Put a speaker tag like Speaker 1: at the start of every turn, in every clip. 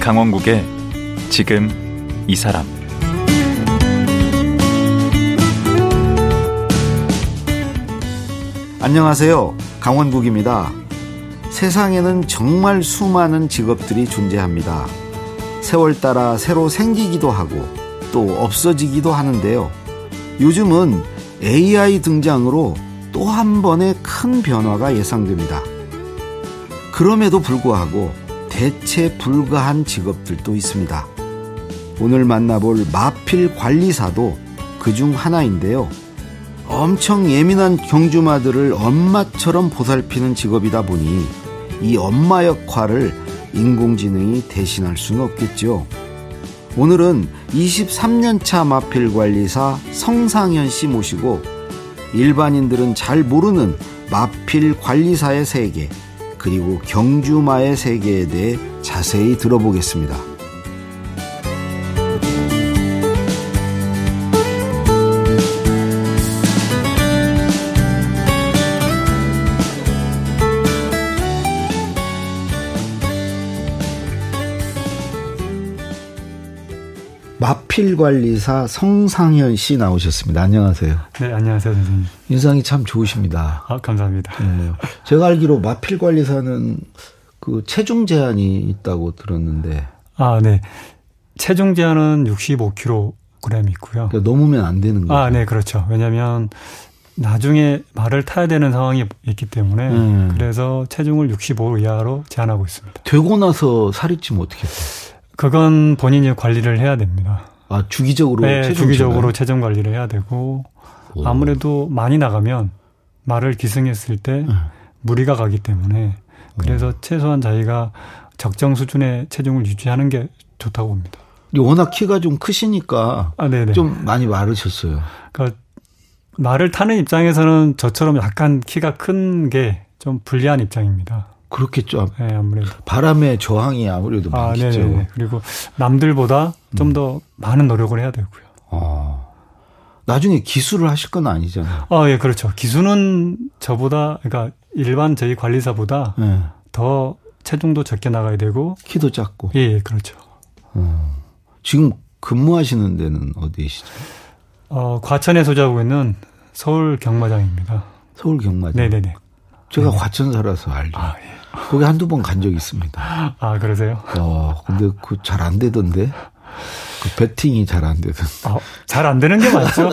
Speaker 1: 강원국의 지금 이 사람
Speaker 2: 안녕하세요. 강원국입니다. 세상에는 정말 수많은 직업들이 존재합니다. 세월 따라 새로 생기기도 하고 또 없어지기도 하는데요. 요즘은 AI 등장으로 또 한 번의 큰 변화가 예상됩니다. 그럼에도 불구하고 대체 불가한 직업들도 있습니다. 오늘 만나볼 마필 관리사도 그 중 하나인데요. 엄청 예민한 경주마들을 엄마처럼 보살피는 직업이다 보니 이 엄마 역할을 인공지능이 대신할 수는 없겠죠. 오늘은 23년차 마필 관리사 성상현 씨 모시고 일반인들은 잘 모르는 마필 관리사의 세계 그리고 경주마의 세계에 대해 자세히 들어보겠습니다. 마필관리사 성상현 씨 나오셨습니다. 안녕하세요.
Speaker 3: 네, 안녕하세요, 선생님.
Speaker 2: 인상이 참 좋으십니다.
Speaker 3: 아, 감사합니다.
Speaker 2: 네. 제가 알기로 마필관리사는 그 체중 제한이 있다고 들었는데
Speaker 3: 아, 네. 체중 제한은 65kg 있고요.
Speaker 2: 그러니까 넘으면 안 되는 거예요.
Speaker 3: 아, 네, 그렇죠. 왜냐면 나중에 말을 타야 되는 상황이 있기 때문에
Speaker 2: 음.
Speaker 3: 그래서 체중을 65 이하로 제한하고 있습니다.
Speaker 2: 되고 나서 살이 찌면 어떻게 돼요?
Speaker 3: 그건 본인이 관리를 해야 됩니다.
Speaker 2: 아, 주기적으로
Speaker 3: 네,
Speaker 2: 체중
Speaker 3: 주기적으로 체중 관리를 해야 되고
Speaker 2: 제한?
Speaker 3: 아무래도 많이 나가면 말을 기승했을 때
Speaker 2: 네.
Speaker 3: 무리가 가기 때문에 그래서 최소한 자기가 적정 수준의 체중을 유지하는 게 좋다고 봅니다.
Speaker 2: 오. 워낙 키가 좀 크시니까
Speaker 3: 아, 네네.
Speaker 2: 좀 많이 마르셨어요.
Speaker 3: 그러니까 말을 타는 입장에서는 저처럼 약간 키가 큰 게 좀 불리한 입장입니다.
Speaker 2: 그렇겠죠.
Speaker 3: 예, 아무래도.
Speaker 2: 바람의 저항이 아무래도
Speaker 3: 아,
Speaker 2: 많겠죠. 음.
Speaker 3: 네네. 그리고 남들보다 좀 더 많은 노력을 해야 되고요.
Speaker 2: 어. 나중에 기술을 하실 건 아니잖아요.
Speaker 3: 아, 예, 그렇죠. 기수는 저보다, 그러니까 일반 저희 관리사보다
Speaker 2: 예.
Speaker 3: 더 체중도 적게 나가야 되고,
Speaker 2: 키도 작고.
Speaker 3: 예, 예, 그렇죠.
Speaker 2: 지금 근무하시는 데는 어디시죠?
Speaker 3: 어, 과천에 소재하고 있는 서울 경마장입니다.
Speaker 2: 서울 경마죠.
Speaker 3: 네네네.
Speaker 2: 제가 과천 살아서 알죠.
Speaker 3: 아, 예.
Speaker 2: 거기 한두 번 간 적 있습니다.
Speaker 3: 아, 그러세요?
Speaker 2: 어, 근데 그 잘 안 되던데. 그 배팅이 잘 안 되던.
Speaker 3: 아, 잘안 되는 게 맞죠?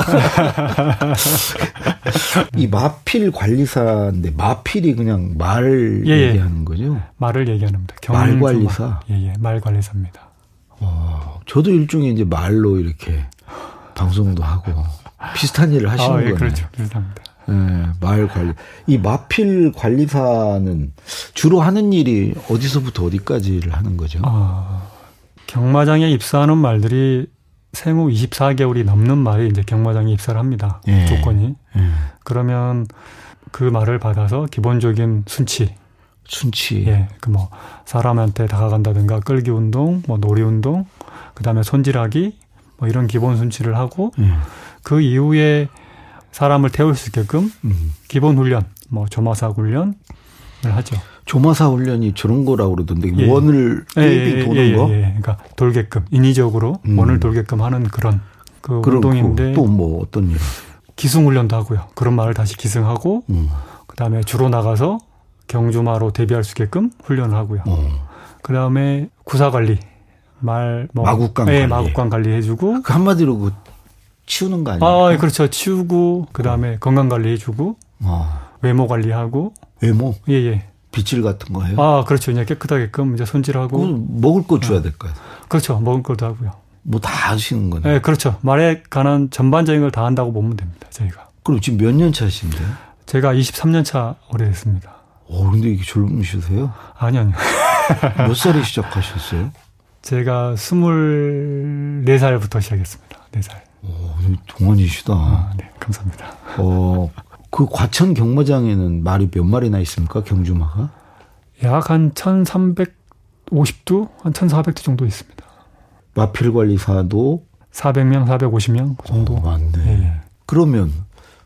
Speaker 2: 이 마필 관리사인데 마필이 그냥 말
Speaker 3: 예, 예.
Speaker 2: 얘기하는 거죠.
Speaker 3: 말을 얘기합니다.
Speaker 2: 말
Speaker 3: 경주마.
Speaker 2: 관리사?
Speaker 3: 예, 예, 말 관리사입니다.
Speaker 2: 어, 저도 일종의 이제 말로 이렇게 방송도 하고 비슷한 일을 하시는
Speaker 3: 아, 예,
Speaker 2: 거예요.
Speaker 3: 그렇죠. 비슷합니다.
Speaker 2: 예, 말 관리. 이 마필 관리사는 주로 하는 일이 어디서부터 어디까지를 하는 거죠?
Speaker 3: 아, 경마장에 입사하는 말들이 생후 24개월이 넘는 말이 이제 경마장에 입사를 합니다.
Speaker 2: 예.
Speaker 3: 조건이.
Speaker 2: 예.
Speaker 3: 그러면 그 말을 받아서 기본적인 순치,
Speaker 2: 순치.
Speaker 3: 예, 그 뭐 사람한테 다가간다든가 끌기 운동, 뭐 놀이 운동, 그다음에 손질하기, 뭐 이런 기본 순치를 하고
Speaker 2: 예.
Speaker 3: 그 이후에 사람을 태울 수 있게끔
Speaker 2: 음.
Speaker 3: 기본 훈련, 뭐 조마사 훈련을 하죠.
Speaker 2: 조마사 훈련이 저런 거라고 그러던데
Speaker 3: 예.
Speaker 2: 원을 빙빙 도는
Speaker 3: 예,
Speaker 2: 거.
Speaker 3: 예, 그러니까 돌게끔 인위적으로
Speaker 2: 음.
Speaker 3: 원을 돌게끔 하는 그런 그
Speaker 2: 그럼
Speaker 3: 운동인데
Speaker 2: 또 뭐 어떤 일?
Speaker 3: 기승 훈련도 하고요. 그런 말을 다시 기승하고
Speaker 2: 음.
Speaker 3: 그다음에 주로 나가서 경주마로 데뷔할 수 있게끔 훈련을 하고요.
Speaker 2: 어.
Speaker 3: 그다음에 구사 관리 말 뭐,
Speaker 2: 마구간
Speaker 3: 예,
Speaker 2: 관리.
Speaker 3: 마구간 관리해주고
Speaker 2: 그 한마디로 그 치우는 거 아니에요?
Speaker 3: 아 예, 그렇죠 치우고 그다음에 건강 관리해주고
Speaker 2: 어.
Speaker 3: 외모 관리하고
Speaker 2: 외모,
Speaker 3: 예예
Speaker 2: 빗질 같은 거예요?
Speaker 3: 아 뭐. 그렇죠 이제 깨끗하게끔 이제
Speaker 2: 그거
Speaker 3: 손질하고
Speaker 2: 먹을 거 줘야 될 거예요.
Speaker 3: 그렇죠 먹을 것도 하고요.
Speaker 2: 뭐 다 하시는 거네.
Speaker 3: 예 그렇죠 말에 관한 전반적인 걸 다 한다고 보면 됩니다 저희가
Speaker 2: 그럼 지금 몇 년 차신데?
Speaker 3: 제가 23년 차 오래됐습니다.
Speaker 2: 어, 근데 이게 젊으시세요?
Speaker 3: 아니요 아니요
Speaker 2: 몇 살에 시작하셨어요?
Speaker 3: 제가 24살부터 시작했습니다. 4살
Speaker 2: 어, 동안이시다.
Speaker 3: 아, 네 감사합니다.
Speaker 2: 어, 그 과천 경마장에는 말이 몇 마리나 있습니까? 경주마가?
Speaker 3: 약 한 1,350두 한 1,400두 정도 있습니다.
Speaker 2: 마필 관리사도
Speaker 3: 400명, 450명 그 정도.
Speaker 2: 어, 많네.
Speaker 3: 예, 예.
Speaker 2: 그러면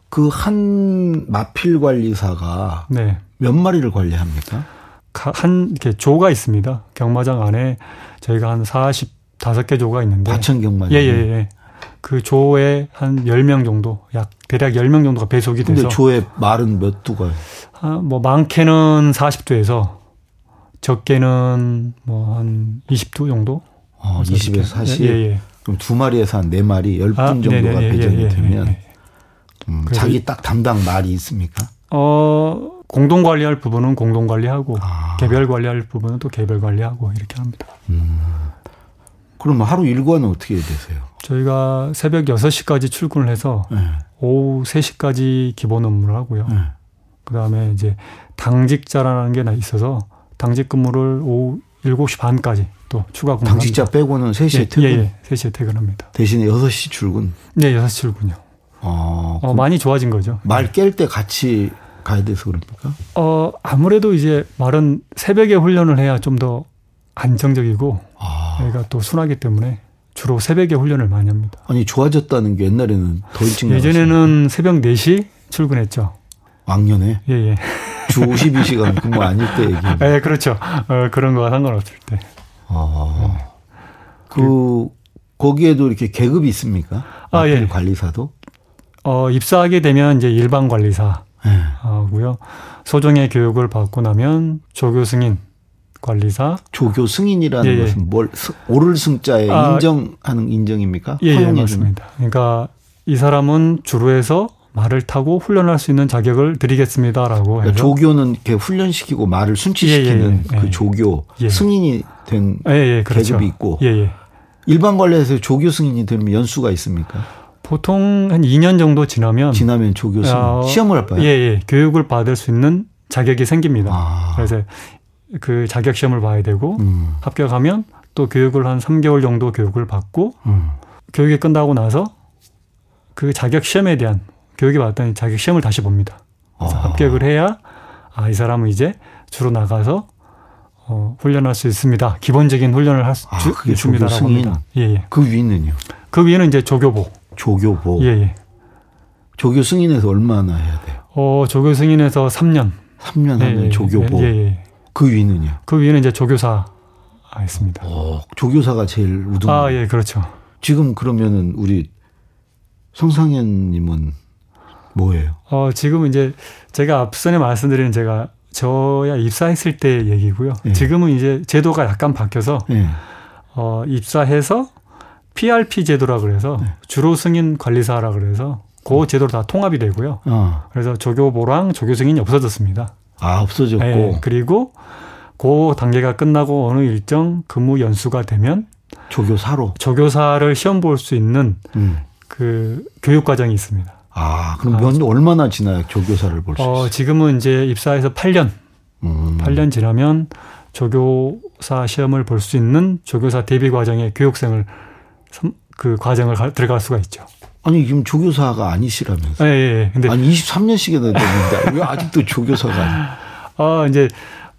Speaker 2: 그 한 마필 관리사가
Speaker 3: 네.
Speaker 2: 몇 마리를 관리합니까?
Speaker 3: 가- 한 이렇게 조가 있습니다. 경마장 안에 저희가 한 45개 조가 있는데
Speaker 2: 아, 과천경만.
Speaker 3: 예, 예, 예. 그 조에 한 10명 정도, 약 대략 10명 정도가 배속이
Speaker 2: 근데
Speaker 3: 돼서
Speaker 2: 조의 말은 몇 두가
Speaker 3: 아, 뭐 많게는 40도에서 적게는 뭐 한 20도 정도?
Speaker 2: 어,
Speaker 3: 그래서
Speaker 2: 20에서
Speaker 3: 이렇게.
Speaker 2: 40.
Speaker 3: 예, 예.
Speaker 2: 그럼 두 마리에서 한 네 마리, 열 분
Speaker 3: 아,
Speaker 2: 정도가
Speaker 3: 네네, 예,
Speaker 2: 배정이
Speaker 3: 예, 예,
Speaker 2: 되면
Speaker 3: 예, 예.
Speaker 2: 음,
Speaker 3: 그래서
Speaker 2: 자기 딱 담당 말이 있습니까?
Speaker 3: 어, 공동 관리할 부분은 공동 관리하고
Speaker 2: 아.
Speaker 3: 개별 관리할 부분은 또 개별 관리하고 이렇게 합니다.
Speaker 2: 그러면 하루 일과는 어떻게 되세요?
Speaker 3: 저희가 새벽 6시까지 출근을 해서
Speaker 2: 예.
Speaker 3: 오후 3시까지 기본 업무를 하고요.
Speaker 2: 예.
Speaker 3: 그다음에 이제 당직자라는 게 나 있어서 당직 근무를 오후 7시 반까지 또 추가 근무.
Speaker 2: 당직자 빼고는 3시에 퇴근.
Speaker 3: 아, 예, 예, 3시에 퇴근합니다.
Speaker 2: 대신에 6시 출근.
Speaker 3: 네, 6시 출근요.
Speaker 2: 어,
Speaker 3: 어, 많이 좋아진 거죠.
Speaker 2: 말 깰 때 같이 가야 돼서 그럽니까?
Speaker 3: 어, 아무래도 이제 말은 새벽에 훈련을 해야 좀 더 안정적이고
Speaker 2: 아.
Speaker 3: 애가 또 순하기 때문에 주로 새벽에 훈련을 많이 합니다.
Speaker 2: 아니, 좋아졌다는 게 옛날에는 더 일찍 나갔어요.
Speaker 3: 예전에는 새벽 4시 출근했죠.
Speaker 2: 왕년에
Speaker 3: 예, 예.
Speaker 2: 주 52시간 근무 아닐 때 얘기예요.
Speaker 3: 예, 그렇죠. 어, 그런 거와 상관없을 때.
Speaker 2: 아. 그 거기에도 이렇게 계급이 있습니까?
Speaker 3: 아, 예.
Speaker 2: 마필 관리사도.
Speaker 3: 어, 입사하게 되면 이제 일반 관리사,
Speaker 2: 예.
Speaker 3: 하고요. 소정의 교육을 받고 나면 조교 승인 관리사
Speaker 2: 조교 승인이라는
Speaker 3: 예, 예.
Speaker 2: 것은 뭘 스- 오를 승자에
Speaker 3: 아,
Speaker 2: 인정하는 인정입니까?
Speaker 3: 예, 예
Speaker 2: 허용해주는?
Speaker 3: 맞습니다. 그러니까 이 사람은 주로에서 말을 타고 훈련할 수 있는 자격을 드리겠습니다라고 해서
Speaker 2: 그러니까 조교는 이렇게 훈련시키고 말을 순치시키는
Speaker 3: 예, 예, 예.
Speaker 2: 그 조교
Speaker 3: 예.
Speaker 2: 승인이 된
Speaker 3: 예, 예, 그렇죠.
Speaker 2: 계급이 있고.
Speaker 3: 예, 예.
Speaker 2: 일반 관례에서 조교 승인이 되면 연수가 있습니까?
Speaker 3: 보통 한 2년 정도 지나면
Speaker 2: 지나면 조교 승인
Speaker 3: 어,
Speaker 2: 시험을 할
Speaker 3: 음. 예,
Speaker 2: 바에
Speaker 3: 예, 교육을 받을 수 있는 자격이 생깁니다.
Speaker 2: 아.
Speaker 3: 그래서 그 자격 시험을 봐야 되고
Speaker 2: 음,
Speaker 3: 합격하면 또 교육을 한 3개월 정도 교육을 받고
Speaker 2: 음.
Speaker 3: 교육이 끝나고 나서 그 자격 시험에 대한 교육이 받았던 자격 시험을 다시 봅니다. 그래서
Speaker 2: 아.
Speaker 3: 합격을 해야 아 이 사람은 이제 주로 나가서 어, 훈련할 수 있습니다. 기본적인 훈련을 할 수
Speaker 2: 아, 그게
Speaker 3: 있습니다라고
Speaker 2: 조교 승인.
Speaker 3: 합니다. 예예.
Speaker 2: 그 위는요.
Speaker 3: 그 위에는 이제 조교보.
Speaker 2: 조교보.
Speaker 3: 예예.
Speaker 2: 조교 승인에서 얼마나 해야 돼요?
Speaker 3: 어 조교 승인에서 3년.
Speaker 2: 3년 하면 조교보.
Speaker 3: 예, 예예.
Speaker 2: 그 위는요.
Speaker 3: 그 위에는 이제 조교사 아, 있습니다.
Speaker 2: 어, 조교사가 제일 우등.
Speaker 3: 아 예 그렇죠.
Speaker 2: 지금 그러면은 우리 성상현님은 뭐예요?
Speaker 3: 어 지금 이제 제가 앞선에 말씀드린 제가 저야 입사했을 때 얘기고요.
Speaker 2: 예.
Speaker 3: 지금은 이제 제도가 약간 바뀌어서
Speaker 2: 예.
Speaker 3: 어, 입사해서 PRP 제도라 그래서
Speaker 2: 네.
Speaker 3: 주로 승인 관리사라 그래서
Speaker 2: 음.
Speaker 3: 그 제도로 다 통합이 되고요.
Speaker 2: 아,
Speaker 3: 그래서 조교보랑 조교 승인이 없어졌습니다.
Speaker 2: 아 없어졌고.
Speaker 3: 예, 그리고 그 단계가 끝나고 어느 일정 근무 연수가 되면
Speaker 2: 조교사로.
Speaker 3: 조교사를 시험 볼 수 있는
Speaker 2: 음.
Speaker 3: 그 교육 과정이 있습니다.
Speaker 2: 아, 그럼
Speaker 3: 아,
Speaker 2: 몇 얼마나 지나야 조교사를 볼 수
Speaker 3: 어,
Speaker 2: 있어요?
Speaker 3: 지금은 이제 입사해서 8년,
Speaker 2: 음.
Speaker 3: 8년 지나면 조교사 시험을 볼 수 있는 조교사 대비 과정의 교육생을 삼- 그 과정을 가- 들어갈 수가 있죠.
Speaker 2: 아니, 지금 조교사가 아니시라면서.
Speaker 3: 예, 예, 예. 근데
Speaker 2: 아니 23년씩이나 됐는데 왜 아직도 조교사가 아니
Speaker 3: 아, 이제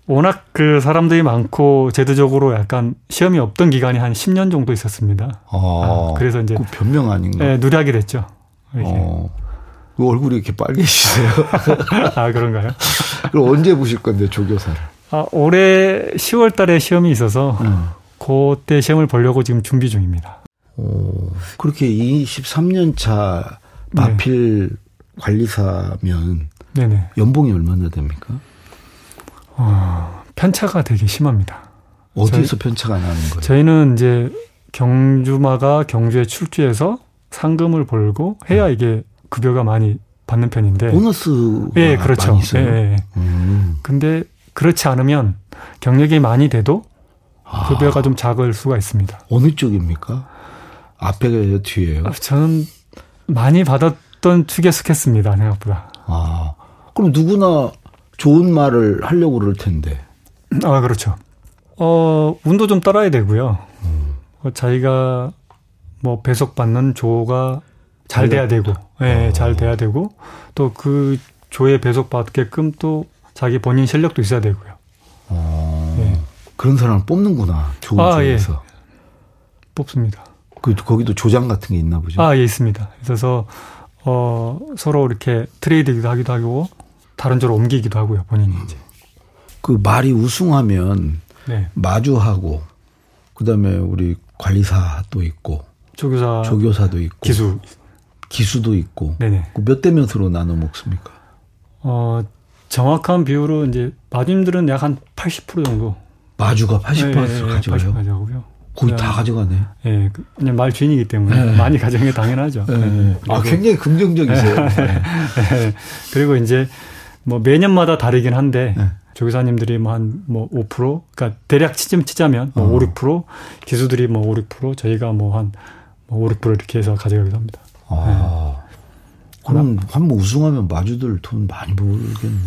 Speaker 3: 워낙 그 사람들이 많고 제도적으로 약간 시험이 없던 기간이 한 10년 정도 있었습니다.
Speaker 2: 아,
Speaker 3: 아, 그래서 이제 네.
Speaker 2: 그 변명 아닌가?
Speaker 3: 예, 누리하게 됐죠. 이렇게.
Speaker 2: 어. 왜 얼굴이 이렇게 빨개지세요?
Speaker 3: 아, 그런가요?
Speaker 2: 그럼 언제 보실 건데 조교사를?
Speaker 3: 아, 올해 10월 달에 시험이 있어서 그때 시험을 보려고 지금 준비 중입니다.
Speaker 2: 어, 네. 그렇게 23년 차 마필 관리사면
Speaker 3: 네. 네네. 어,
Speaker 2: 연봉이 얼마나 됩니까? 아.
Speaker 3: 편차가 되게 심합니다.
Speaker 2: 어디에서 편차가 나는 거예요?
Speaker 3: 저희는 이제 경주마가 경주에 출주해서 상금을 벌고
Speaker 2: 음.
Speaker 3: 해야 이게 급여가 많이 받는
Speaker 2: 네.
Speaker 3: 편인데.
Speaker 2: 보너스가
Speaker 3: 예, 그렇죠.
Speaker 2: 아, 많이 있어요.
Speaker 3: 예, 예, 예.
Speaker 2: 음.
Speaker 3: 근데 그렇지 않으면 경력이 많이 돼도
Speaker 2: 아,
Speaker 3: 급여가 좀 작을 수가 있습니다.
Speaker 2: 어느 쪽입니까? 앞에가요, 뒤에요?
Speaker 3: 아, 저는 많이 받았던 축에 속했습니다. 생각보다.
Speaker 2: 아, 그럼 누구나 좋은 말을 하려고 그럴 텐데.
Speaker 3: 아 그렇죠. 어 운도 좀 따라야 되고요. 어, 자기가 뭐 배속 받는 조가 잘 돼야 되고, 예, 잘 돼야 되고 또 그 조에 배속 받게끔 또 자기 본인 실력도 있어야 되고요.
Speaker 2: 어,
Speaker 3: 예,
Speaker 2: 그런 사람을 뽑는구나. 좋은
Speaker 3: 아,
Speaker 2: 쪽에서.
Speaker 3: 뽑습니다.
Speaker 2: 그, 거기도 조장 같은 게 있나 보죠.
Speaker 3: 아, 예, 있습니다. 있어서, 어, 서로 이렇게 트레이드기도 하기도 하고, 다른 쪽으로 옮기기도 하고요, 본인이 이제.
Speaker 2: 그 말이 우승하면
Speaker 3: 네.
Speaker 2: 마주하고 그다음에 우리 관리사도 있고
Speaker 3: 조교사
Speaker 2: 조교사도 있고
Speaker 3: 기수.
Speaker 2: 기수도 있고
Speaker 3: 네네.
Speaker 2: 그 몇 대 몇으로 나눠 먹습니까?
Speaker 3: 어, 정확한 비율로 이제 마주님들은 약 한 80% 정도. 네,
Speaker 2: 마주가 80%를 가져가요.
Speaker 3: 80% 가져가고요.
Speaker 2: 거의 다 가져가네.
Speaker 3: 예, 그- 그냥 말 주인이기 때문에
Speaker 2: 네.
Speaker 3: 많이 가져가는 게 당연하죠.
Speaker 2: 예.
Speaker 3: 예.
Speaker 2: 아 굉장히 긍정적이세요.
Speaker 3: 네.
Speaker 2: 네.
Speaker 3: 예. 그리고 이제 뭐 매년마다 다르긴 한데
Speaker 2: 네.
Speaker 3: 조교사님들이 뭐 뭐한뭐5% 그러니까 대략 치점 치자면 뭐 5, 6% 기수들이 뭐 5, 6% 저희가 뭐한뭐 5, 6% 이렇게 해서 가져가기도 합니다. 네.
Speaker 2: 아, 그럼 한 번 우승하면 마주들 돈 많이 벌겠네.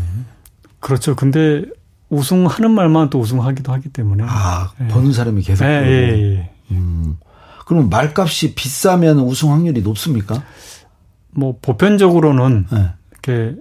Speaker 3: 그렇죠. 근데 우승하는 말만 또 우승하기도 하기 때문에
Speaker 2: 아
Speaker 3: 예.
Speaker 2: 버는 사람이 계속.
Speaker 3: 예,
Speaker 2: 벌고.
Speaker 3: 예, 예.
Speaker 2: 음. 그럼 말값이 비싸면 우승 확률이 높습니까?
Speaker 3: 뭐 보편적으로는
Speaker 2: 예.
Speaker 3: 이렇게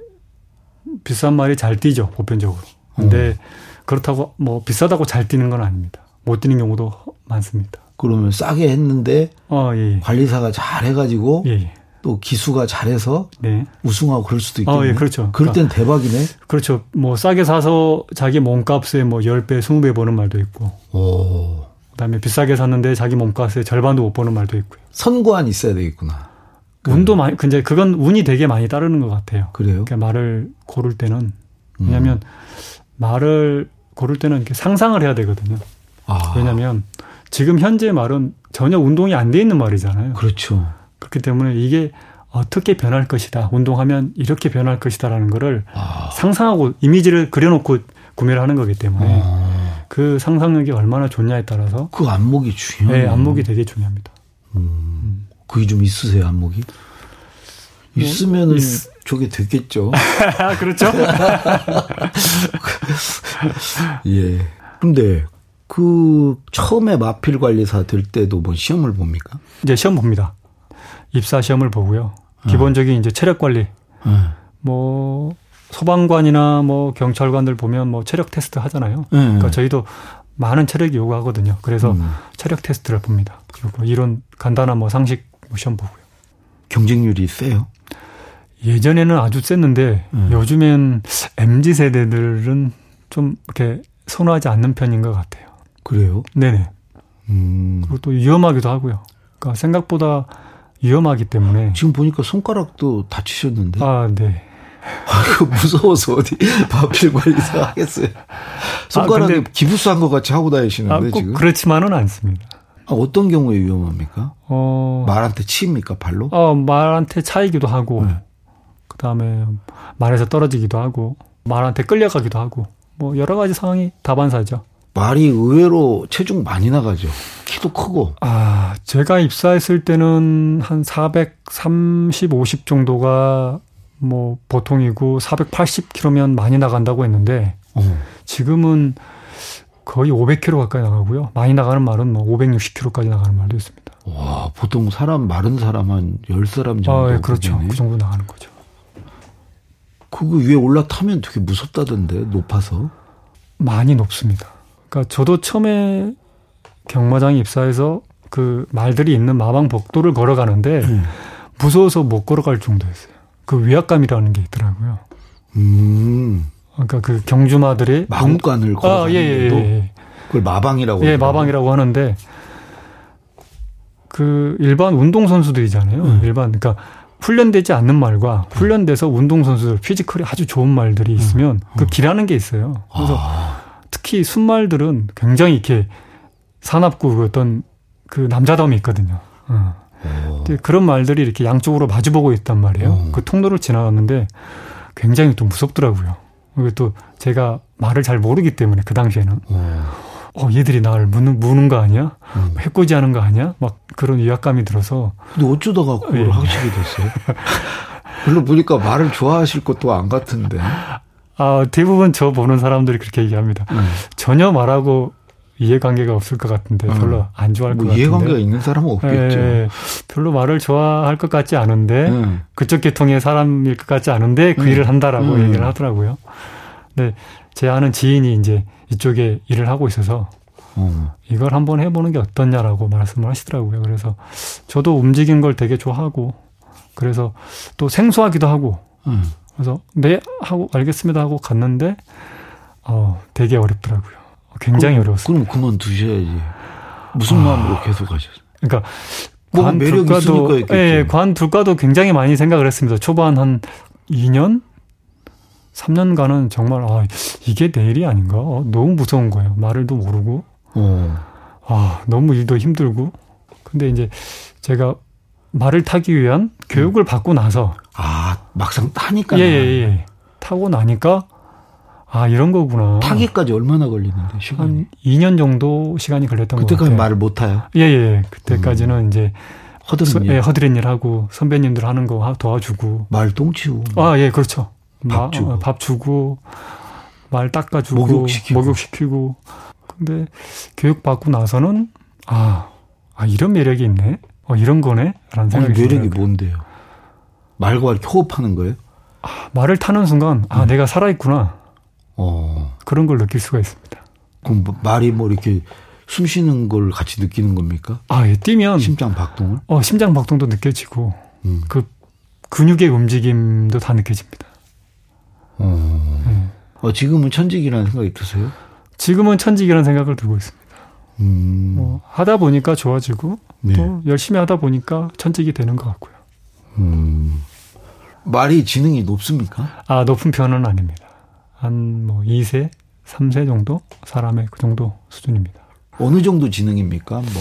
Speaker 3: 비싼 말이 잘 뛰죠 보편적으로. 근데 그렇다고 뭐 비싸다고 잘 뛰는 건 아닙니다. 못 뛰는 경우도 많습니다.
Speaker 2: 그러면 싸게 했는데
Speaker 3: 어, 예,
Speaker 2: 관리사가 잘해가지고
Speaker 3: 예, 예, 예.
Speaker 2: 또 기수가 잘해서
Speaker 3: 네,
Speaker 2: 우승하고 그럴 수도 있겠네.
Speaker 3: 어, 예, 그렇죠.
Speaker 2: 그럴 땐 대박이네.
Speaker 3: 그렇죠. 뭐 싸게 사서 자기 몸값에 뭐 10배, 20배 버는 말도 있고.
Speaker 2: 오.
Speaker 3: 그다음에 비싸게 샀는데 자기 몸값의 절반도 못 버는 말도 있고요.
Speaker 2: 선고안 있어야 되겠구나.
Speaker 3: 운도 많이 근데 그건 운이 되게 많이 따르는 것 같아요.
Speaker 2: 그래요?
Speaker 3: 그러니까 말을 고를 때는 왜냐하면 말을 고를 때는 이렇게 상상을 해야 되거든요.
Speaker 2: 아,
Speaker 3: 왜냐하면 지금 현재 말은 전혀 운동이 안 돼 있는 말이잖아요.
Speaker 2: 그렇죠.
Speaker 3: 그렇기 때문에 이게 어떻게 변할 것이다. 운동하면 이렇게 변할 것이다라는 거를
Speaker 2: 아.
Speaker 3: 상상하고 이미지를 그려놓고 구매를 하는 거기 때문에
Speaker 2: 아,
Speaker 3: 그 상상력이 얼마나 좋냐에 따라서
Speaker 2: 그 안목이 중요해.
Speaker 3: 네, 안목이 되게 중요합니다.
Speaker 2: 그게 좀 있으세요, 안목이?
Speaker 3: 뭐,
Speaker 2: 있으면은 저게 됐겠죠.
Speaker 3: 아, 그렇죠?
Speaker 2: 예. 근데 그 처음에 마필 관리사 될 때도 뭐 시험을 봅니까?
Speaker 3: 이제 시험 봅니다. 입사 시험을 보고요. 기본적인 이제 체력 관리.
Speaker 2: 예.
Speaker 3: 뭐 소방관이나 뭐 경찰관들 보면 뭐 체력 테스트 하잖아요.
Speaker 2: 예.
Speaker 3: 그러니까 저희도 많은 체력이 요구하거든요. 그래서
Speaker 2: 음.
Speaker 3: 체력 테스트를 봅니다. 그리고 이런 간단한 뭐 상식 뭐 시험 보고요.
Speaker 2: 경쟁률이 세요.
Speaker 3: 예전에는 아주 셌는데
Speaker 2: 음.
Speaker 3: 요즘엔 mz 세대들은 좀 이렇게 선호하지 않는 편인 것 같아요.
Speaker 2: 그래요?
Speaker 3: 네네.
Speaker 2: 음.
Speaker 3: 그리고 또 위험하기도 하고요. 그러니까 생각보다 위험하기 때문에
Speaker 2: 지금 보니까 손가락도 다치셨는데.
Speaker 3: 아 네.
Speaker 2: 그 무서워서 어디 마필 관리사 하겠어요. 손가락에
Speaker 3: 근데-
Speaker 2: 기부스한 것 같이 하고
Speaker 3: 아,
Speaker 2: 다니시는데
Speaker 3: 꼭
Speaker 2: 지금.
Speaker 3: 그렇지만은 않습니다.
Speaker 2: 아, 어떤 경우에 위험합니까?
Speaker 3: 어,
Speaker 2: 말한테 치입니까 발로?
Speaker 3: 어, 말한테 차이기도 하고,
Speaker 2: 네.
Speaker 3: 그 다음에 말에서 떨어지기도 하고, 말한테 끌려가기도 하고, 뭐 여러 가지 상황이 다반사죠.
Speaker 2: 말이 의외로 체중 많이 나가죠. 키도 크고.
Speaker 3: 아, 제가 입사했을 때는 한 430, 50 정도가 뭐 보통이고 480kg면 많이 나간다고 했는데
Speaker 2: 어.
Speaker 3: 지금은 거의 500kg 가까이 나가고요. 많이 나가는 말은 뭐 560kg까지 나가는 말도 있습니다.
Speaker 2: 와 보통 사람 마른 사람 한 열사람 정도
Speaker 3: 아, 예, 그렇죠.
Speaker 2: 되겠네.
Speaker 3: 그 정도 나가는 거죠.
Speaker 2: 그거 위에 올라타면 되게 무섭다던데 높아서.
Speaker 3: 많이 높습니다. 그러니까 저도 처음에 경마장에 입사해서 그 말들이 있는 마방 복도를 걸어가는데
Speaker 2: 음.
Speaker 3: 무서워서 못 걸어갈 정도였어요. 그 위압감이라는 게 있더라고요.
Speaker 2: 음.
Speaker 3: 그러니까 그 경주마들의
Speaker 2: 마음관을
Speaker 3: 아, 예, 예,
Speaker 2: 걸어가는데도
Speaker 3: 예.
Speaker 2: 그걸 마방이라고.
Speaker 3: 예,
Speaker 2: 하더라고요.
Speaker 3: 마방이라고 하는데 그 일반 운동 선수들이잖아요.
Speaker 2: 음.
Speaker 3: 일반 그러니까 훈련되지 않는 말과 훈련돼서 운동 선수들 피지컬이 아주 좋은 말들이
Speaker 2: 음.
Speaker 3: 있으면 그 기라는 게 있어요. 그래서
Speaker 2: 아,
Speaker 3: 특히 순말들은 굉장히 이렇게 사납고 그 어떤 그 남자다움이 있거든요. 어.
Speaker 2: 어.
Speaker 3: 근데 그런 말들이 이렇게 양쪽으로 마주보고 있단 말이에요.
Speaker 2: 어.
Speaker 3: 그 통로를 지나갔는데 굉장히 또 무섭더라고요. 이게 또 제가 말을 잘 모르기 때문에 그 당시에는
Speaker 2: 어.
Speaker 3: 어 얘들이 나를 무는 무는 거 아니야?
Speaker 2: 음.
Speaker 3: 해코지하는 거 아니야? 막 그런 위압감이 들어서
Speaker 2: 근데 어쩌다가 그걸
Speaker 3: 예.
Speaker 2: 하시게 됐어요? 별로 보니까 말을 좋아하실 것도 안 같은데.
Speaker 3: 아 대부분 저 보는 사람들이 그렇게 얘기합니다. 전혀 말하고 이해관계가 없을 것 같은데 별로
Speaker 2: 음.
Speaker 3: 안 좋아할 것
Speaker 2: 뭐
Speaker 3: 같은데.
Speaker 2: 이해관계가 있는 사람은 없겠죠.
Speaker 3: 예, 별로 말을 좋아할 것 같지 않은데
Speaker 2: 음.
Speaker 3: 그쪽 계통의 사람일 것 같지 않은데 그
Speaker 2: 음.
Speaker 3: 일을 한다라고
Speaker 2: 음.
Speaker 3: 얘기를 하더라고요. 근데 제 아는 지인이 이제 이쪽에 일을 하고 있어서
Speaker 2: 어.
Speaker 3: 이걸 한번 해보는 게 어떻냐라고 말씀을 하시더라고요. 그래서 저도 움직인 걸 되게 좋아하고 그래서 또 생소하기도 하고
Speaker 2: 음.
Speaker 3: 그래서 네 하고 알겠습니다 하고 갔는데 어, 되게 어렵더라고요. 굉장히 어려웠어요.
Speaker 2: 그럼 그만 두셔야지.
Speaker 3: 아.
Speaker 2: 무슨 마음으로 계속 하셨어요?
Speaker 3: 그러니까
Speaker 2: 뭐가 매력이 있으니까
Speaker 3: 관둘까도
Speaker 2: 했겠죠.
Speaker 3: 예, 관둘까도 굉장히 많이 생각을 했습니다. 초반 한 2년, 3년간은 정말 아 이게 내일이 아닌가? 어, 너무 무서운 거예요. 말을도 모르고
Speaker 2: 어.
Speaker 3: 아 너무 일도 힘들고 근데 이제 제가 말을 타기 위한
Speaker 2: 음.
Speaker 3: 교육을 받고 나서
Speaker 2: 아, 막상 타니까.
Speaker 3: 예예 예, 예.
Speaker 2: 네.
Speaker 3: 타고 나니까 아 이런 거구나
Speaker 2: 타기까지 얼마나 걸리는데, 시간이.
Speaker 3: 한 2년 정도 시간이 걸렸던 음, 것
Speaker 2: 그때까지
Speaker 3: 같아요.
Speaker 2: 말을 음. 못 타요.
Speaker 3: 예예 그때까지는 이제 서-
Speaker 2: 허드렛
Speaker 3: 예,
Speaker 2: 일.
Speaker 3: 허드렛 일하고 선배님들 하는 거 하- 도와주고
Speaker 2: 말 똥치고.
Speaker 3: 아 예 그렇죠
Speaker 2: 음. 밥 주고.
Speaker 3: 어, 밥 주고 말 닦아주고
Speaker 2: 목욕시키고.
Speaker 3: 목욕시키고. 근데 교육 받고 나서는 아, 아 이런 매력이 있네 어 이런 거네라는
Speaker 2: 오늘
Speaker 3: 생각이
Speaker 2: 매력이
Speaker 3: 들어요.
Speaker 2: 뭔데요? 말과 이렇게 호흡하는 거예요?
Speaker 3: 아, 말을 타는 순간
Speaker 2: 음.
Speaker 3: 아 내가 살아 있구나
Speaker 2: 어.
Speaker 3: 그런 걸 느낄 수가 있습니다.
Speaker 2: 그럼 뭐 말이 뭐 이렇게 숨 쉬는 걸 같이 느끼는 겁니까?
Speaker 3: 아 예, 뛰면
Speaker 2: 심장 박동을?
Speaker 3: 어 심장 박동도 느껴지고
Speaker 2: 음.
Speaker 3: 그 근육의 움직임도 다 느껴집니다.
Speaker 2: 어.
Speaker 3: 예.
Speaker 2: 어, 지금은 천직이라는 생각이 드세요?
Speaker 3: 지금은 천직이라는 생각을 들고 있습니다.
Speaker 2: 음.
Speaker 3: 뭐 하다 보니까 좋아지고
Speaker 2: 네.
Speaker 3: 또 열심히 하다 보니까 천직이 되는 것 같고요.
Speaker 2: 음. 말이 지능이 높습니까?
Speaker 3: 아 높은 편은 아닙니다. 한 뭐 2세, 3세 정도 사람의 그 정도 수준입니다.
Speaker 2: 어느 정도 지능입니까? 뭐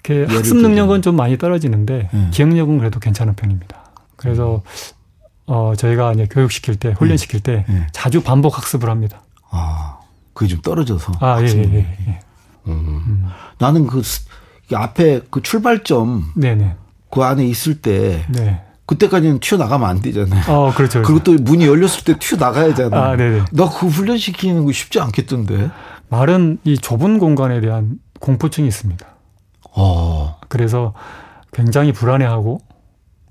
Speaker 3: 이렇게
Speaker 2: 예를
Speaker 3: 학습 능력은 좀 많이 떨어지는데
Speaker 2: 음.
Speaker 3: 기억력은 그래도 괜찮은 편입니다. 그래서 어 저희가 이제 교육시킬 때 훈련시킬 때
Speaker 2: 음.
Speaker 3: 자주 반복 학습을 합니다.
Speaker 2: 아, 그게 좀 떨어져서.
Speaker 3: 아 예 예 예. 예.
Speaker 2: 음. 나는 그 스- 이 앞에 그 출발점
Speaker 3: 네네
Speaker 2: 그 안에 있을 때
Speaker 3: 네.
Speaker 2: 그때까지는 튀어나가면 안 되잖아요.
Speaker 3: 어 그렇죠.
Speaker 2: 그리고 또 문이 열렸을 때 튀어나가야잖아.
Speaker 3: 아 네네.
Speaker 2: 나그 훈련시키는 거 쉽지 않겠던데.
Speaker 3: 말은 이 좁은 공간에 대한 공포증이 있습니다.
Speaker 2: 어.
Speaker 3: 그래서 굉장히 불안해하고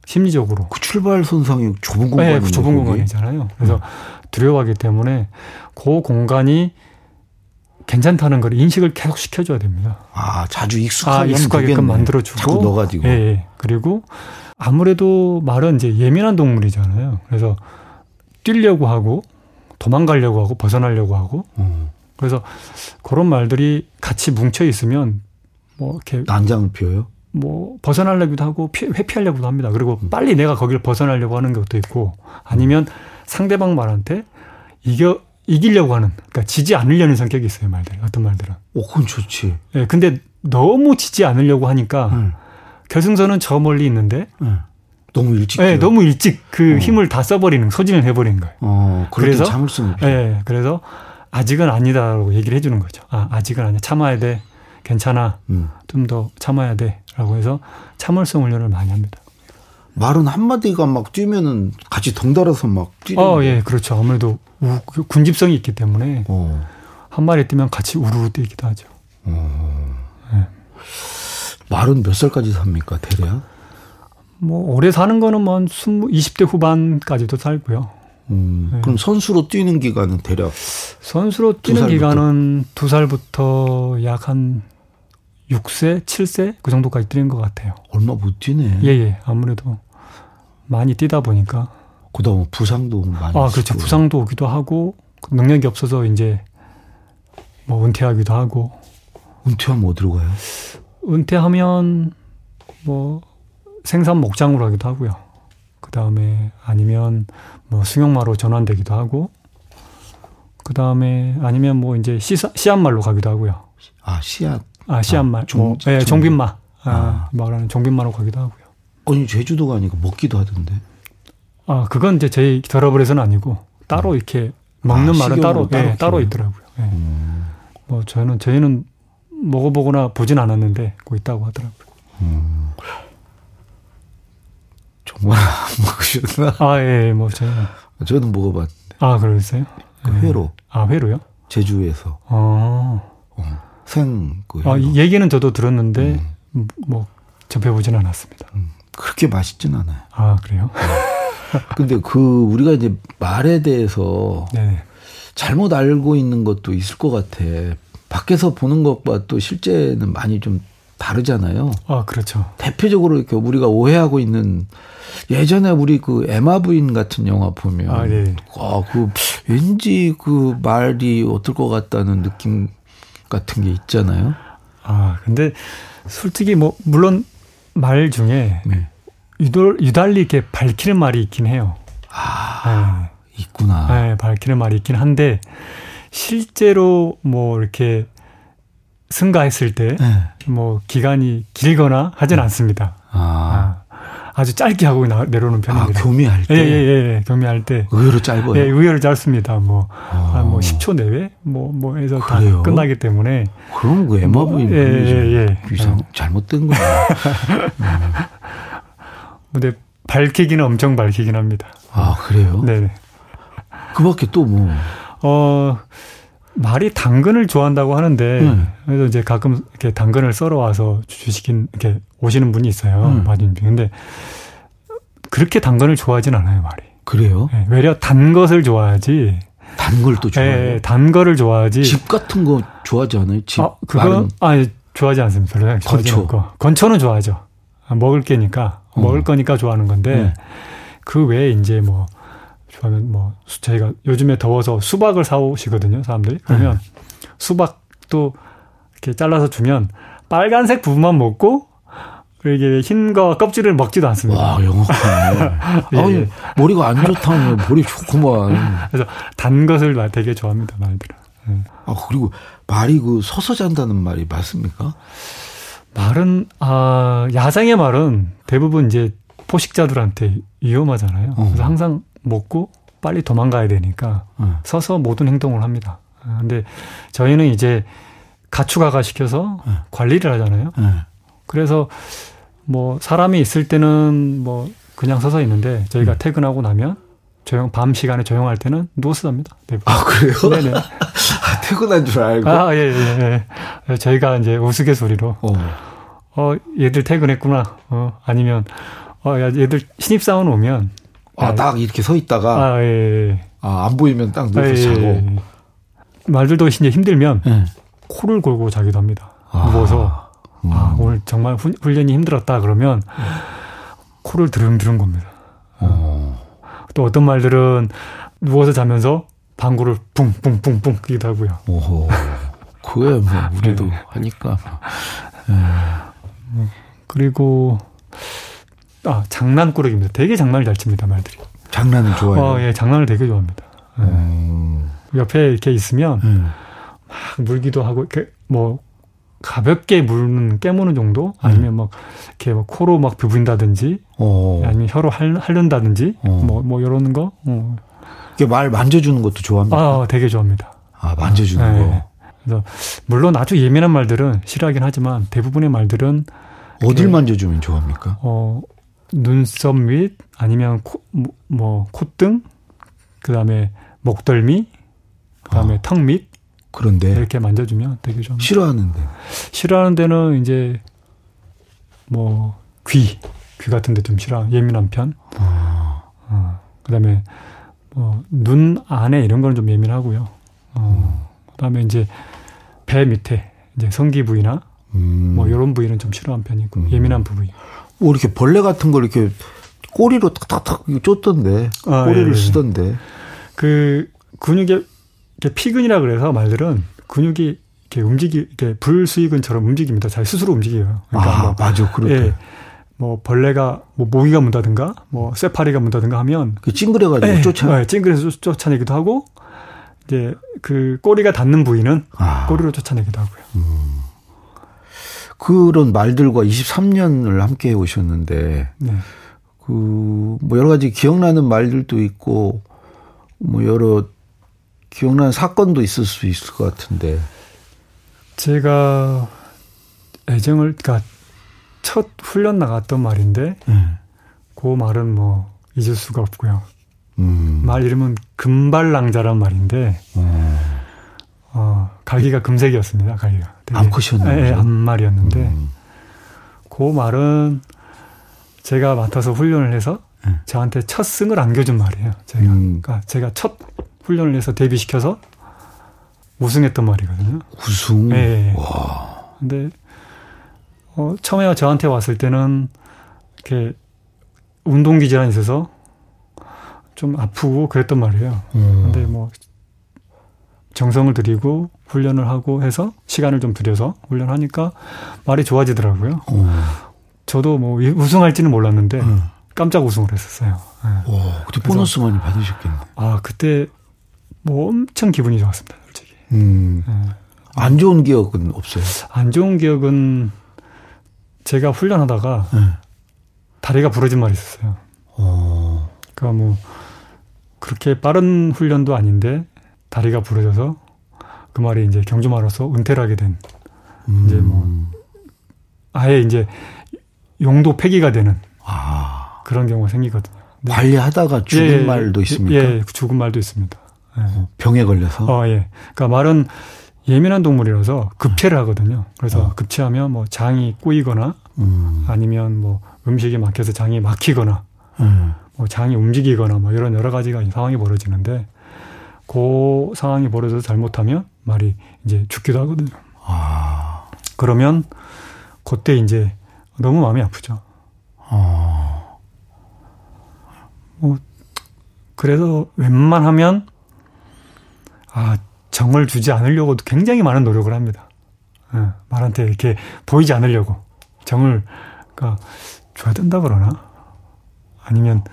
Speaker 3: 심리적으로
Speaker 2: 그 출발 선상이 좁은
Speaker 3: 네,
Speaker 2: 공간이에요.
Speaker 3: 그 좁은 공간이잖아요. 그래서 두려워하기 때문에 그 공간이 괜찮다는 걸 인식을 계속 시켜줘야 됩니다.
Speaker 2: 아, 자주 익숙하게
Speaker 3: 아, 익숙하게끔
Speaker 2: 되겠네.
Speaker 3: 만들어주고.
Speaker 2: 자꾸 넣어 가지고.
Speaker 3: 예, 예. 그리고 아무래도 말은 이제 예민한 동물이잖아요. 그래서 뛰려고 하고 도망가려고 하고 벗어나려고 하고
Speaker 2: 음.
Speaker 3: 그래서 그런 말들이 같이 뭉쳐 있으면 뭐 이렇게
Speaker 2: 난장을 피워요.
Speaker 3: 뭐 벗어나려고도 하고 피- 회피하려고도 합니다. 그리고
Speaker 2: 음.
Speaker 3: 빨리 내가 거기를 벗어나려고 하는 것도 있고 아니면 상대방 말한테 이겨 이기려고 하는 그러니까 지지 않으려는 성격이 있어요 말들 어떤 말들은.
Speaker 2: 오, 그건 좋지.
Speaker 3: 예, 근데 너무 지지 않으려고 하니까
Speaker 2: 응.
Speaker 3: 결승선은 저 멀리 있는데
Speaker 2: 응. 네. 너무 일찍.
Speaker 3: 예,
Speaker 2: 뛰어요.
Speaker 3: 너무 일찍 그
Speaker 2: 어.
Speaker 3: 힘을 다 써버리는 소진을 해버리는 거예요.
Speaker 2: 어, 그래서
Speaker 3: 그래서?
Speaker 2: 참을성이 필요.
Speaker 3: 예, 그래서 아직은 아니다라고 얘기를 해주는 거죠. 아 아직은 아니야 참아야 돼 괜찮아
Speaker 2: 음.
Speaker 3: 좀 더 참아야 돼라고 해서 참을성 훈련을 많이 합니다.
Speaker 2: 말은 한마디가 막 뛰면은 같이 덩달아서 막 뛰는.
Speaker 3: 어, 예, 그렇죠. 아무래도 우- 그 군집성이 있기 때문에
Speaker 2: 어.
Speaker 3: 한 마리 뛰면 같이 우르르 뛰기도 하죠.
Speaker 2: 말은 몇 살까지 삽니까, 대략?
Speaker 3: 뭐 오래 사는 거는 뭐 한 20대 후반까지도 살고요.
Speaker 2: 음.
Speaker 3: 네.
Speaker 2: 그럼 선수로 뛰는 기간은 대략
Speaker 3: 선수로
Speaker 2: 두
Speaker 3: 뛰는
Speaker 2: 살부터?
Speaker 3: 기간은 두 살부터 약 한 6세, 7세 그 정도까지 뛰는 것 같아요.
Speaker 2: 얼마 못 뛰네.
Speaker 3: 예, 예. 아무래도 많이 뛰다 보니까
Speaker 2: 그다음 부상도 많이.
Speaker 3: 아, 그렇죠.
Speaker 2: 있고.
Speaker 3: 부상도 오기도 하고 능력이 없어서 이제 뭐 은퇴하기도 하고
Speaker 2: 은퇴하면 어디로 가요?
Speaker 3: 은퇴하면 뭐 생산 목장으로 하기도 하고요. 그 다음에 아니면 뭐 승용마로 전환되기도 하고, 그 다음에 아니면 뭐 이제 시사, 씨앗말로 가기도 하고요.
Speaker 2: 아, 씨앗.
Speaker 3: 아 씨앗말,
Speaker 2: 아, 종-
Speaker 3: 뭐, 예,
Speaker 2: 종-
Speaker 3: 종빈마, 아, 말하는 종빈마로 가기도 하고요.
Speaker 2: 아니, 제주도 가니까 먹기도 하던데.
Speaker 3: 아 그건 이제 저희 더러블에서는 아니고 따로 이렇게 먹는
Speaker 2: 아,
Speaker 3: 말은
Speaker 2: 식용으로
Speaker 3: 따로
Speaker 2: 따로 음.
Speaker 3: 예, 따로
Speaker 2: 키워요?
Speaker 3: 있더라고요. 예. 뭐 저는 저희는 먹어보거나 보진 않았는데 그 있다고 하더라고요.
Speaker 2: 정말 안 먹으셨나?
Speaker 3: 아 예, 뭐 저는
Speaker 2: 저는 먹어봤는데.
Speaker 3: 아 그러세요?
Speaker 2: 그 회로.
Speaker 3: 아 회로요?
Speaker 2: 제주에서.
Speaker 3: 어.
Speaker 2: 어. 생, 그.
Speaker 3: 아,
Speaker 2: 회로.
Speaker 3: 이 얘기는 저도 들었는데
Speaker 2: 음.
Speaker 3: 뭐 접해보진 않았습니다.
Speaker 2: 그렇게 맛있진 않아요.
Speaker 3: 아 그래요?
Speaker 2: 근데 그, 우리가 이제 말에 대해서
Speaker 3: 네네.
Speaker 2: 잘못 알고 있는 것도 있을 것 같아. 밖에서 보는 것과 또 실제는 많이 좀 바르잖아요.
Speaker 3: 아, 그렇죠.
Speaker 2: 대표적으로 이렇게 우리가 오해하고 있는 예전에 우리 그 에마 부인 같은 영화 보면
Speaker 3: 아, 예.
Speaker 2: 아, 그 왠지 그 말이 어떨 것 같다는 느낌 같은 게 있잖아요.
Speaker 3: 아, 근데 솔직히 뭐 물론 말 중에
Speaker 2: 네.
Speaker 3: 유돌, 유달리 이렇게 밝히는 말이 있긴 해요. 아.
Speaker 2: 있구나.
Speaker 3: 네, 밝히는 말이 있긴 한데 실제로 뭐 이렇게 승가했을 때
Speaker 2: 네. 음.
Speaker 3: 뭐 기간이 길거나 하진 않습니다.
Speaker 2: 아,
Speaker 3: 아, 아주 짧게 하고 나, 내려오는
Speaker 2: 아
Speaker 3: 편입니다.
Speaker 2: 교미할 때
Speaker 3: 예, 예, 예, 예. 경미할 때.
Speaker 2: 의외로 짧아요.
Speaker 3: 예, 의외로 짧습니다. 뭐,
Speaker 2: 네, 아,
Speaker 3: 한 뭐 10초 내외? 뭐, 뭐 해서 다
Speaker 2: 그래요?
Speaker 3: 끝나기 때문에.
Speaker 2: 그럼 그 에마 부인
Speaker 3: 예,
Speaker 2: 그게 좀
Speaker 3: 예, 예.
Speaker 2: 이상 잘못된 거예요.
Speaker 3: 근데 밝히기는 엄청 밝히긴 합니다.
Speaker 2: 아 그래요?
Speaker 3: 네네.
Speaker 2: 그밖에 또 뭐?
Speaker 3: 어, 말이 당근을 좋아한다고 하는데,
Speaker 2: 네.
Speaker 3: 그래서 이제 가끔 이렇게 당근을 썰어 와서 주시긴, 이렇게 오시는 분이 있어요.
Speaker 2: 음.
Speaker 3: 맞은 분. 근데 그렇게 당근을 좋아하진 않아요, 말이.
Speaker 2: 그래요?
Speaker 3: 예, 오히려 단 것을 좋아하지,
Speaker 2: 단 걸 또
Speaker 3: 예,
Speaker 2: 좋아해요.
Speaker 3: 예, 단 거를 좋아하지.
Speaker 2: 집 같은 거 좋아하지 않아요? 집
Speaker 3: 아, 그거
Speaker 2: 마른
Speaker 3: 아 좋아하지 않습니다. 별로 좋아하지
Speaker 2: 건초.
Speaker 3: 않고. 건초는 좋아하죠. 아, 먹을 게니까
Speaker 2: 어.
Speaker 3: 먹을 거니까 좋아하는 건데
Speaker 2: 네.
Speaker 3: 그 외에 이제 뭐 좋아하면 뭐 수- 저희가 요즘에 더워서 수박을 사 오시거든요,
Speaker 2: 네.
Speaker 3: 사람들이. 그러면 수박도 이렇게 잘라서 주면 빨간색 부분만 먹고 이게 흰거 껍질을 먹지도 않습니다.
Speaker 2: 와 영악하네.
Speaker 3: 예,
Speaker 2: 아니
Speaker 3: 예.
Speaker 2: 머리가 안 좋다며 머리 좋구만.
Speaker 3: 그래서 단 것을 마- 되게 좋아합니다, 말들은.
Speaker 2: 아 그리고 말이 그 서서 잔다는 말이 맞습니까?
Speaker 3: 말은 아 야생의 말은 대부분 이제 포식자들한테 위험하잖아요.
Speaker 2: 어.
Speaker 3: 그래서 항상 먹고 빨리 도망가야 되니까
Speaker 2: 어.
Speaker 3: 서서 모든 행동을 합니다. 아, 근데 저희는 이제 가축화가 시켜서 관리를 하잖아요.
Speaker 2: 예.
Speaker 3: 그래서 뭐 사람이 있을 때는 뭐 그냥 서서 있는데 저희가 퇴근하고 나면 조용 밤 시간에 조용할 때는 누워서 잡니다. 대부분.
Speaker 2: 아 그래요?
Speaker 3: 네네.
Speaker 2: 아, 퇴근한 줄 알고.
Speaker 3: 아, 예, 예, 예. 저희가 이제 우스갯소리로
Speaker 2: 어.
Speaker 3: 어, 얘들 퇴근했구나. 어, 아니면, 어, 야, 얘들 신입사원 오면. 야,
Speaker 2: 아딱 이렇게 서 있다가
Speaker 3: 아, 예, 예.
Speaker 2: 아, 안 보이면 딱
Speaker 3: 예,
Speaker 2: 누워서
Speaker 3: 예,
Speaker 2: 자고.
Speaker 3: 예. 말들도 이제 힘들면
Speaker 2: 예.
Speaker 3: 코를 골고 자기도 합니다.
Speaker 2: 아.
Speaker 3: 누워서.
Speaker 2: 음.
Speaker 3: 아, 오늘 정말 훈, 훈련이 힘들었다. 그러면 코를 드름드름 겁니다.
Speaker 2: 어.
Speaker 3: 또 어떤 말들은 누워서 자면서 방구를 뿡뿡뿡뿡 끼기도 하고요.
Speaker 2: 오호. 그거야 뭐 우리도
Speaker 3: 네.
Speaker 2: 하니까.
Speaker 3: 그리고, 아, 장난꾸러기입니다. 되게 장난을 잘 칩니다, 말들이.
Speaker 2: 장난을 좋아해요.
Speaker 3: 어, 예, 장난을 되게 좋아합니다.
Speaker 2: 음.
Speaker 3: 옆에 이렇게 있으면
Speaker 2: 예.
Speaker 3: 막 물기도 하고 이렇게 뭐 가볍게 물는 깨무는 정도 아니면 막 이렇게 막 코로 막 비분다든지
Speaker 2: 어.
Speaker 3: 아니면 혀로 핥- 핥는다든지
Speaker 2: 어.
Speaker 3: 뭐 뭐 이런 거 어.
Speaker 2: 이게 말 만져주는 것도 좋아합니다. 아,
Speaker 3: 아, 되게 좋아합니다.
Speaker 2: 만져주는
Speaker 3: 네. 그래서 물론 아주 예민한 말들은 싫어하긴 하지만 대부분의 말들은
Speaker 2: 거. 어딜
Speaker 3: 네.
Speaker 2: 만져주면 좋아합니까?
Speaker 3: 어 눈썹 밑 아니면 코, 뭐, 뭐 콧등 그다음에 목덜미
Speaker 2: 아.
Speaker 3: 그다음에 턱 밑
Speaker 2: 그런데
Speaker 3: 이렇게 만져주면 되게 좀
Speaker 2: 싫어하는데.
Speaker 3: 싫어하는 데는 이제 뭐 귀, 귀 같은 데 좀 싫어 예민한 편.
Speaker 2: 아.
Speaker 3: 어, 그다음에 뭐눈 안에 이런 거는 좀 예민하고요. 어, 그다음에 이제 배 밑에 이제 성기 부위나
Speaker 2: 음.
Speaker 3: 뭐 이런 부위는 좀 싫어하는 편이고 예민한 부위.
Speaker 2: 뭐 이렇게 벌레 같은 걸 이렇게 꼬리로 탁탁탁 이거 쫓던데.
Speaker 3: 아,
Speaker 2: 꼬리를
Speaker 3: 예, 예.
Speaker 2: 쓰던데.
Speaker 3: 그 근육의 이렇게 피근이라 그래서 말들은 근육이 이렇게 움직이 이렇게 불수익근처럼 움직입니다. 잘 스스로 움직여요. 그러니까
Speaker 2: 아,
Speaker 3: 뭐
Speaker 2: 맞아. 그렇게.
Speaker 3: 예. 뭐 벌레가 뭐 모기가 문다든가 뭐 쇠파리가 문다든가 하면
Speaker 2: 그 찡그려가지고
Speaker 3: 예,
Speaker 2: 쫓아.
Speaker 3: 예, 찡그려서 쫓- 쫓아내기도 하고 이제 그 꼬리가 닿는 부위는
Speaker 2: 아,
Speaker 3: 꼬리로 쫓아내기도 하고요.
Speaker 2: 그런 말들과 23년을 함께 해 오셨는데
Speaker 3: 네.
Speaker 2: 그 뭐 여러 가지 기억나는 말들도 있고 뭐 여러 기억나는 사건도 있을 수 있을 것 같은데
Speaker 3: 제가 애정을 그러니까 첫 훈련 나갔던 말인데 그 말은 뭐 잊을 수가 없고요.
Speaker 2: 음.
Speaker 3: 말 이름은 금발랑자란 말인데 어, 갈기가 금색이었습니다. 갈기가 되게-
Speaker 2: 암컷이었나요?
Speaker 3: 예, 예, 암말이었는데
Speaker 2: 음.
Speaker 3: 그 말은 제가 맡아서 훈련을 해서
Speaker 2: 예.
Speaker 3: 저한테 첫 승을 안겨준 말이에요. 제가
Speaker 2: 음.
Speaker 3: 그러니까 제가 첫 훈련을 해서 데뷔시켜서 우승했던 말이거든요.
Speaker 2: 구승.
Speaker 3: 네. 예, 예, 예.
Speaker 2: 와.
Speaker 3: 근데 어, 처음에 저한테 왔을 때는 이렇게 운동기 질환이 있어서 좀 아프고 그랬단 말이에요.
Speaker 2: 음.
Speaker 3: 근데 뭐 정성을 들이고 훈련을 하고 해서 시간을 좀 들여서 훈련하니까 말이 좋아지더라고요.
Speaker 2: 어.
Speaker 3: 저도 뭐 이- 우승할지는 몰랐는데
Speaker 2: 음.
Speaker 3: 깜짝 우승을 했었어요. 예.
Speaker 2: 오, 그때 보너스 많이 받으셨겠네.
Speaker 3: 아 그때 뭐 엄청 기분이 좋았습니다, 솔직히.
Speaker 2: 음.
Speaker 3: 예.
Speaker 2: 안 좋은 기억은 없어요.
Speaker 3: 안 좋은 기억은 제가 훈련하다가
Speaker 2: 네.
Speaker 3: 다리가 부러진 말이 있었어요.
Speaker 2: 어.
Speaker 3: 그러니까 뭐 그렇게 빠른 훈련도 아닌데 다리가 부러져서 그 말이 이제 경주마로서 은퇴를 하게 된
Speaker 2: 음.
Speaker 3: 이제 뭐. 아예 이제 용도 폐기가 되는
Speaker 2: 아.
Speaker 3: 그런 경우가 생기거든요. 네.
Speaker 2: 관리하다가 죽은
Speaker 3: 예, 예.
Speaker 2: 말도 있습니까?
Speaker 3: 예, 죽은 말도 있습니다. 예.
Speaker 2: 어, 병에 걸려서.
Speaker 3: 어, 예. 그러니까 말은 예민한 동물이라서
Speaker 2: 네.
Speaker 3: 급체를 하거든요. 그래서
Speaker 2: 어.
Speaker 3: 급체하면 뭐 장이 꼬이거나
Speaker 2: 음.
Speaker 3: 아니면 뭐 음식이 막혀서 장이 막히거나
Speaker 2: 음.
Speaker 3: 뭐 장이 움직이거나 뭐 이런 여러 가지가 상황이 벌어지는데 그 상황이 벌어져서 잘못하면 말이 이제 죽기도 하거든요.
Speaker 2: 아.
Speaker 3: 그러면 그때 이제 너무 마음이 아프죠.
Speaker 2: 어.
Speaker 3: 뭐 그래서 웬만하면 아 정을 주지 않으려고 굉장히 많은 노력을 합니다. 예, 말한테 이렇게 보이지 않으려고 정을 그러니까 줘야 된다 그러나 아니면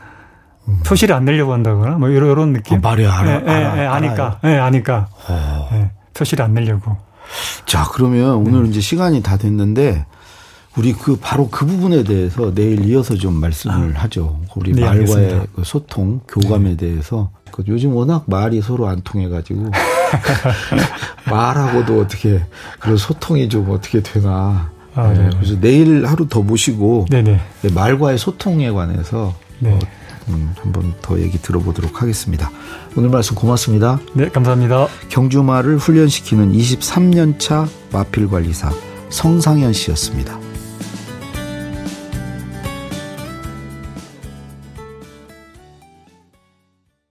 Speaker 3: 표시를 안 내려고 한다거나 뭐 이런, 이런 느낌.
Speaker 2: 아, 음. 말이 알아.
Speaker 3: 예, 예, 예,
Speaker 2: 알아,
Speaker 3: 아니까,
Speaker 2: 알아요.
Speaker 3: 예, 아니까,
Speaker 2: 어.
Speaker 3: 예, 표시를 안 내려고.
Speaker 2: 자, 그러면 오늘
Speaker 3: 네.
Speaker 2: 이제 시간이 다 됐는데 우리 그 바로 그 부분에 대해서 내일 이어서 좀 말씀을 하죠. 우리
Speaker 3: 네,
Speaker 2: 말과의
Speaker 3: 알겠습니다. 네.
Speaker 2: 그 소통, 교감에 대해서 그 요즘 워낙 말이 서로 안 통해 가지고 말하고도 어떻게 그런 소통이 좀 어떻게 되나.
Speaker 3: 아,
Speaker 2: 네,
Speaker 3: 네.
Speaker 2: 그래서 내일 하루 더 모시고
Speaker 3: 네, 네,
Speaker 2: 네, 말과의 소통에 관해서
Speaker 3: 네,
Speaker 2: 음, 한번 더 얘기 들어보도록 하겠습니다. 오늘 말씀 고맙습니다.
Speaker 3: 네, 감사합니다.
Speaker 2: 경주마를 훈련시키는 23년차 마필관리사 성상현 씨였습니다.